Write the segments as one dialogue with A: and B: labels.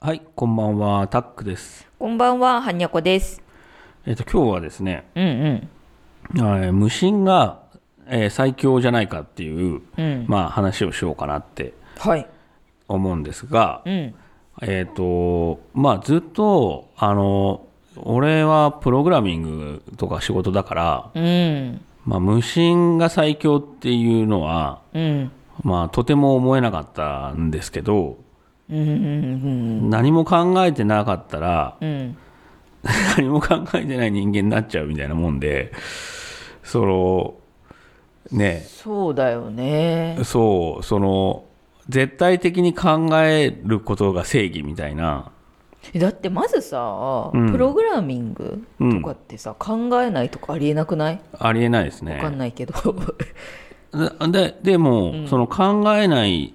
A: はい、こんばんは、タックです。
B: こんばんは、はにゃこです。
A: えっ、と、今日はですね、
B: うんうん。
A: えー無心が、えー最強じゃないかっていう、
B: うん
A: まあ話をしようかなって
B: はい。
A: 思うんですが、
B: うん。
A: えっ、と、まあずっと、あの、俺はプログラミングとか仕事だから、
B: うん。
A: まあ無心が最強っていうのは、
B: うん。
A: まあとても思えなかったんですけど、
B: うん。うん。
A: 何も考えてなかったら、
B: うん。
A: 何も考えてない人間になっちゃうみたいなもんで、その、ね、
B: そうだよね。
A: そう、その、絶対的に考えることが正義みたいな、
B: だってまずさ、
A: うん
B: プログラミングとかってさ、考えないとかありえなくない
A: ありえないです
B: わかん
A: ね。
B: ないけど。
A: で、でも、その考えない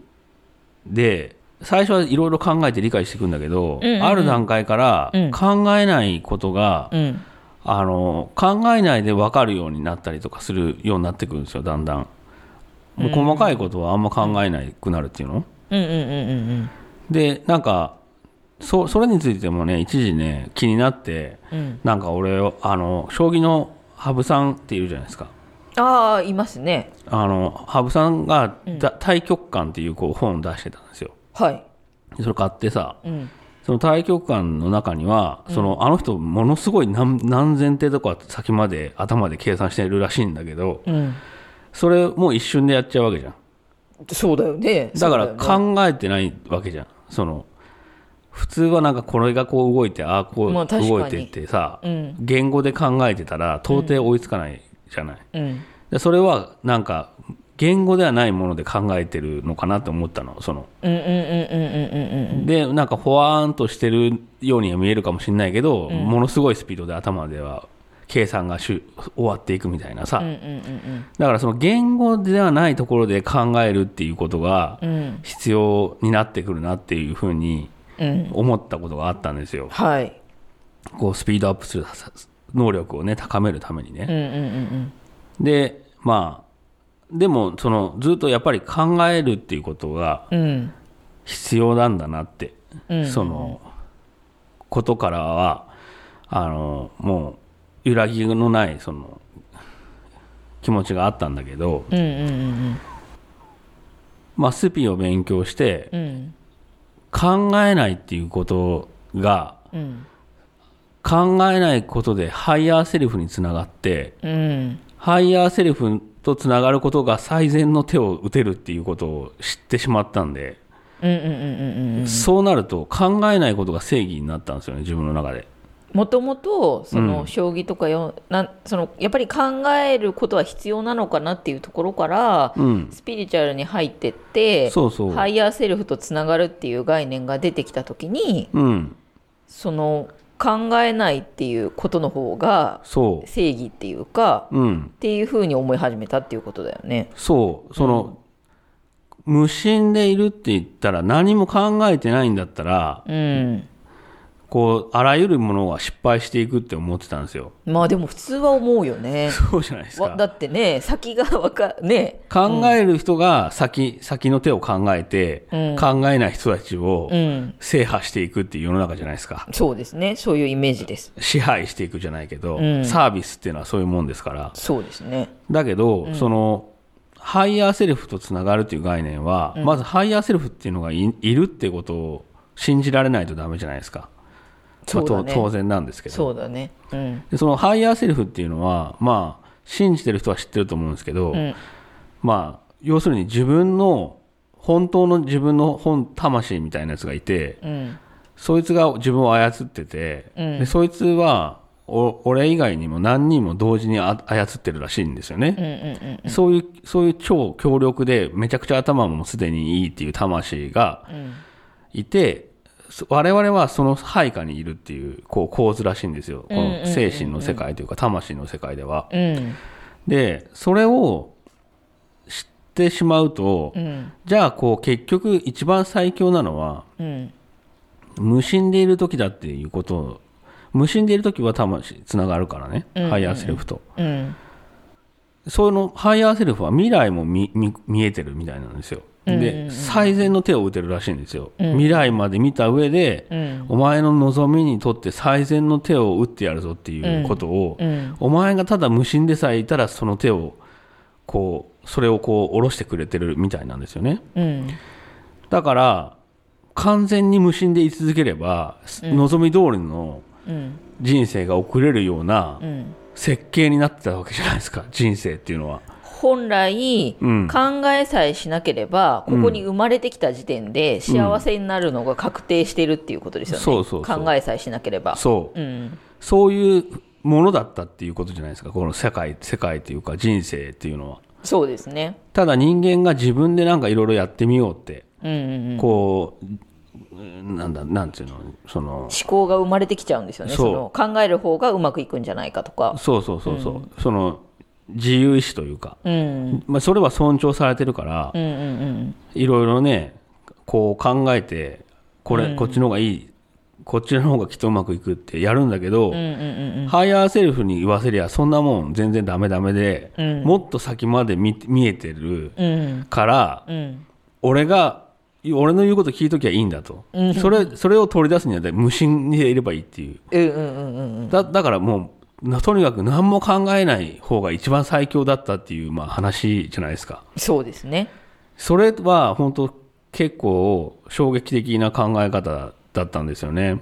A: で、最初はいろいろ考えて理解していくんだけど、
B: うんうんうん
A: ある段階から
B: うん
A: 考えないことが、
B: うん。
A: あの考えないで分かるようになったりとかするようになってくるんですよだんだんもう細かいことはあんま考えなくなるっていうの、
B: うんうんうんうん
A: でなんかそそれについてもね一時ね気になって
B: うん。うん。
A: なんか俺あの将棋の羽生さんっているじゃないですか
B: ああ、いますね。
A: あの羽生さんがだ「対局観」っていうこう本を出してたんですよ
B: はい。
A: でそれ買ってさ
B: うん。
A: その対局観の中には、そのあの人ものすごい何何千手とか先まで頭で計算してるらしいんだけど、
B: うん。
A: それもう一瞬でやっちゃうわけじゃん
B: そうだよね。
A: だから
B: そうよね
A: 考えてないわけじゃんその普通はなんかこれがこう動いてああこ
B: まあ
A: う
B: 確かに
A: 動いてってさ、
B: うん。
A: 言語で考えてたら到底追いつかないじゃない、
B: うん。
A: でそれはなんか言語ではないもので考えてるのかなと思ったのその
B: うんうんうんうんうんうんうん。
A: でなんかほわーんとしてるようには見えるかもしれないけど、ものすごいスピードで頭では計算がしゅ終わっていくみたいなさ、
B: うんうんうん
A: だからその言語ではないところで考えるっていうことが
B: うん。うん。
A: 必要になってくるなっていうふうに
B: うん。
A: 思ったことがあったんですよ。
B: はい。
A: こうスピードアップするさ能力をね高めるために
B: うん
A: ね。
B: うんうん
A: でまあでもそのずっとやっぱり考えるっていうことが
B: うん。うん。
A: 必要なんだなって、
B: うん
A: そのことからはあのもう揺らぎのないその気持ちがあったんだけど、
B: うんうん
A: まあ、スピを勉強して
B: うんうん
A: 考えないっていうことが
B: うん
A: 考えないことでハイヤーセルフにつながって
B: うん
A: ハイヤーセルフとつながることが最善の手を打てるっていうことを知ってしまったんで、
B: うんうんうんうん
A: そうなると考えないことが正義になったんですよね自分の中で
B: もともとそ
A: うん
B: の将棋とかよ、なんそのやっぱり考えることは必要なのかなっていうところから、
A: うん
B: スピリチュアルに入ってって
A: そうそう、
B: ハイヤーセルフとつながるっていう概念が出てきた時に
A: うん
B: その考えないっていうことの方が
A: そ
B: 正義っていうか
A: ううん
B: っていうふうに思い始めたっていうことだよね。
A: そうその、無心でいるって言ったら何も考えてないんだったら
B: うん、
A: こうあらゆるものは失敗していくって思ってたんですよ
B: まあでも普通は思うよね。
A: そうじゃないです
B: わ
A: か
B: だってね先がわかね
A: 考える人が先、先の手を考えて、
B: うん
A: 考えない人たちを
B: うん
A: 制覇していくっていう世の中じゃないですか。
B: そうですねそういうイメージです
A: 支配していくじゃないけど、
B: うん
A: サービスっていうのはそういうもんですから。
B: そうですね
A: だけど、その、ハイヤーセルフとつながるっていう概念は、まずハイヤーセルフっていうのがいいるってことを信じられないとダメじゃないですか。まあ
B: そうだ
A: と
B: ね
A: 当然なんですけど。
B: そうだねうん
A: でそのハイヤーセルフっていうのは、まあ、信じてる人は知ってると思うんですけど、
B: ん
A: まあ、要するに自分の、本当の自分の本、魂みたいなやつがいて、
B: うん
A: そいつが自分を操ってて、でそいつはお、俺以外にも何人も同時にあ操ってるらしいんですよ
B: うんう
A: ね。
B: ん
A: そういう、そういう超強力で、めちゃくちゃ頭もすでにいいっていう魂が
B: うんうん
A: いて、そ我々はその配下にいるっていうこう構図らしいんですよ。こ
B: うんうんうんう
A: の
B: ん
A: 精神の世界というか魂の世界では。
B: うん
A: で、それを知ってしまうと
B: う、ん
A: じゃあこう結局一番最強なのは
B: うん
A: 無心でいる時だっていうことを、無心でいる時は魂つながるからね。
B: うんうんうん
A: ハイヤーセルフと。
B: うん
A: そのハイヤーセルフは未来も見見見えてるみたいなんですよ。
B: うん
A: で最善の手を打てるらしいんですよ、
B: うん
A: 未来まで見た上で、
B: うん
A: お前の望みにとって最善の手を打ってやるぞっていうことを、
B: うん
A: お前がただ無心でさえいたらその手をこうそれをこう下ろしてくれてるみたいなんですよね
B: うん
A: だから完全に無心でい続ければ、望み通りの
B: うん
A: 人生が送れるような
B: うん
A: 設計になってたわけじゃないですか人生っていうのは
B: 本来、
A: うん
B: 考えさえしなければここに生まれてきた時点で幸せになるのが確定してるっていうことですよね、
A: そうそうそう
B: 考えさえしなければ
A: そう、
B: うん
A: そういうものだったっていうことじゃないですかこの世界世界というか人生っていうのは
B: そうですね
A: ただ人間が自分でなんかいろいろやってみようって、
B: うんうんうん
A: こううんなんだなんていうのその
B: 思考が生まれてきちゃうんですよね
A: そ
B: そうの考える方がうまくいくんじゃないかとか
A: そうそうそうそう、その自由意志というか、
B: うん
A: まあ、それは尊重されてるから
B: うんうん
A: いろいろねこう考えてこれ、こっちの方がいいこっちの方がきっとうまくいくってやるんだけど、
B: うんうんうん
A: ハイヤーセルフに言わせりゃそんなもん全然ダメダメで、
B: うん
A: もっと先まで見見えてる
B: うんうん
A: から
B: うん
A: 俺が俺の言うこと聞いときゃいいんだと、それそれを取り出すには無心でいればいいっていう
B: うんうんうんうん
A: だだからもうなとにかく何も考えない方が一番最強だったっていう、まあ、話じゃないですか
B: そうですね
A: それは本当結構衝撃的な考え方だったんですよね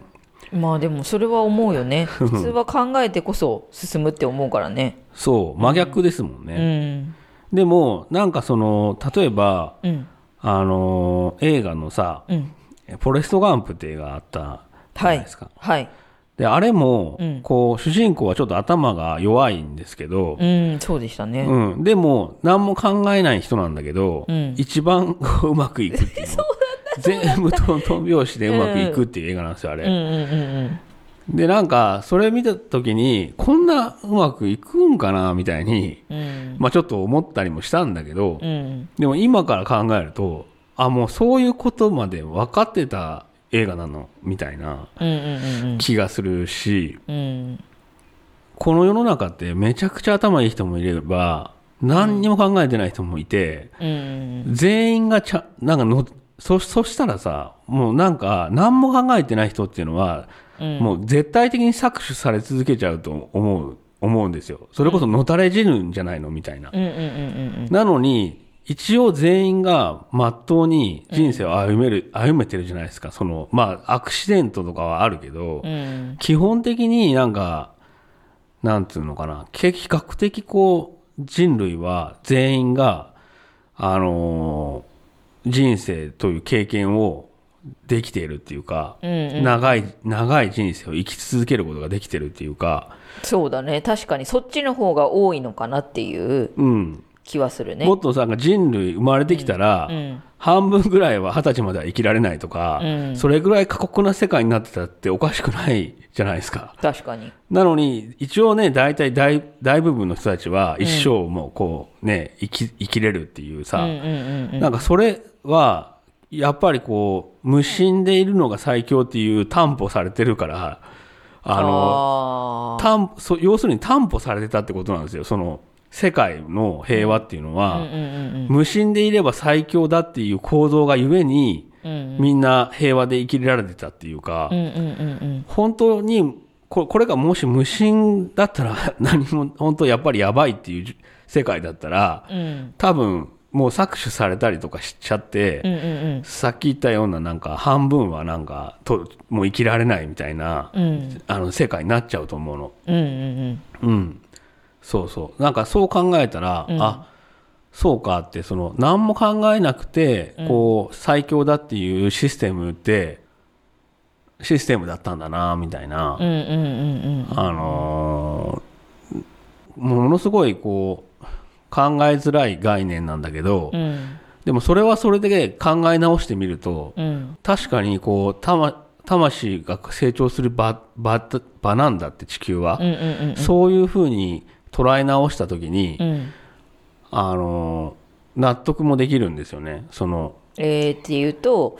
B: まあでもそれは思うよね普通は考えてこそ進むって思うからね
A: そう真逆ですもん
B: う
A: ね、
B: ん
A: でもなんかその例えば
B: うん
A: あのー映画のさ、
B: うん
A: フォレスト・ガンプって映画あったじゃ
B: は
A: ない
B: い
A: ですか。
B: はい
A: で、あれも、
B: うん
A: こう、主人公はちょっと頭が弱いんですけど、
B: うんそうでしたね、
A: うん、でも、何も考えない人なんだけど、
B: うん
A: 一番こううまくいく っていうの。全部とんとん拍子でうまくいくっていう映画なんですよ、あれ。
B: うんうんうん
A: で、なんか、それ見た時に、こんなうまくいくんかな、みたいに、
B: うんうん
A: まあちょっと思ったりもしたんだけど、
B: うん
A: でも今から考えると、あ、もうそういうことまで分かってた映画なの、みたいな
B: うんうん
A: 気がするし、
B: うんうん
A: この世の中ってめちゃくちゃ頭いい人もいれば、何にも考えてない人もいて、
B: うん
A: 全員がちゃ、なんかの、そ、そしたらさ、もうなんか、何も考えてない人っていうのは、
B: うん
A: もう絶対的に搾取され続けちゃうと思う、思うんですよ。それこそのたれ死ぬんじゃないのみたいな。
B: うんうんうん
A: なのに、一応全員がまっとうに人生を歩める、歩めてるじゃないですか。その、まあ、アクシデントとかはあるけど、
B: うん
A: 基本的になんか、なんていうのかな、け比較的こう、人類は全員が、あのー人生という経験をできているっていうか、
B: うん
A: 長い、長い人生を生き続けることができてるっていうか、
B: そうだね確かにそっちの方が多いのかなっていう
A: うん。
B: 気はするね
A: もっとさ、人類生まれてきたら、
B: うん
A: 半分ぐらいは二十歳までは生きられないとか、
B: うん
A: それぐらい過酷な世界になってたっておかしくないじゃないですか。
B: 確かに
A: なのに、一応ね、大体大、大部分の人たちは一生もうこうね、生き、生きれるっていう
B: う
A: さ、
B: んうんうん
A: なんかそれは、やっぱりこう、無心でいるのが最強っていう担保されてるから、あの、
B: の
A: 担そう要するに担保されてたってことなんですよ。その、世界の平和っていうのは、
B: うんうん
A: 無心でいれば最強だっていう構造がゆえに、
B: うん
A: みんな平和で生きられてたっていうか、
B: うんうんうんうんうん
A: 本当にここれがもし無心だったら 何も本当やっぱりやばいっていう世界だったら
B: うん
A: 多分もう搾取されたりとかしちゃって、
B: うんうん
A: さっき言ったようななんか半分はなんかともう生きられないみたいな、
B: うんうん
A: あの世界になっちゃうと思うの。
B: うんうん
A: うん、そうそうなんかそう考えたら、あそうかってその何も考えなくて、こう最強だっていうシステムってシステムだったんだなみたいな、
B: うんうんうんうん
A: あのーものすごいこう考えづらい概念なんだけど、
B: うん
A: でもそれはそれで考え直してみると、
B: うん
A: 確かにこうたま魂が成長する場場場なんだって地球は、
B: うんうんうん
A: そういうふうに捉え直したときに、
B: うん
A: あの納得もできるんですよね。その
B: えーっていうと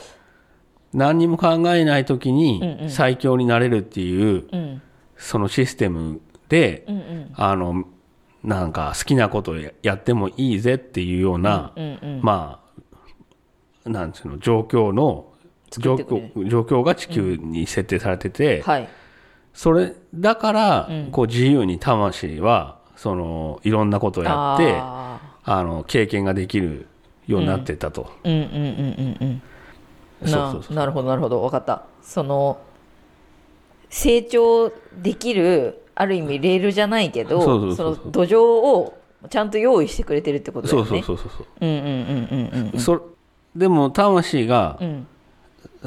A: 何にも考えないとき
B: うんう
A: に
B: ん
A: 最強になれるっていう、
B: うん
A: そのシステムで、
B: うんうん
A: あのなんか好きなことややってもいいぜっていうような、
B: うんうん
A: まあなんつうの状況の
B: 作
A: 状
B: ってくれる
A: 況状況が地球に設定されてて、
B: はい
A: それだから、こう自由に魂はそのいろんなことをやってあ
B: あ
A: の経験ができるようになってたと、
B: ーうんうんうんうんうん
A: そうそう
B: ななるほどなるほど分かったその成長できるある意味レールじゃないけど
A: そうそうそうそう
B: の土壌をちゃんと用意してくれてるってことだ
A: そ
B: よ
A: う
B: ね
A: そうそうそうそう
B: うんうんうんうん
A: そでも魂が
B: う、ん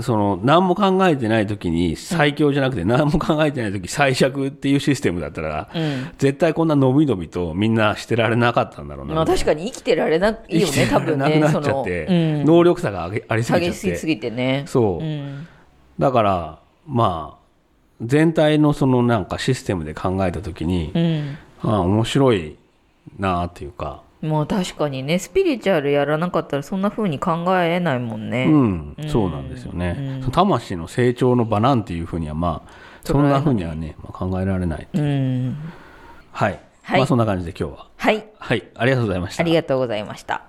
A: その何も考えてない時に最強じゃなくて何も考えてない時最弱っていうシステムだったら、
B: うん
A: 絶対こんなのびのびとみんなしてられなかったんだろう
B: う
A: な、
B: んまあ確かに生きてられない
A: 生
B: よ
A: きて
B: ね多
A: られ
B: 分
A: なく
B: ね
A: な
B: そ
A: っちゃ
B: の
A: っ
B: う
A: て、
B: ん
A: 能力差が上げありすぎちゃ
B: 激
A: っ
B: しす
A: て
B: ぎてね
A: そう、
B: うん
A: だからまあ全体のそのなんかシステムで考えた時に、
B: うん
A: ああ面白いなあっていうか、
B: まあ確かにねスピリチュアルやらなかったらそんな風に考えないもんね、
A: うんそうなんですよね、その魂の成長の場なんていうふうにはまあそんなふうにはね、まあ、考えられない
B: うん、
A: はい、
B: はい
A: まあそんな感じで今日は
B: はい
A: はいありがとうございました
B: ありがとうございました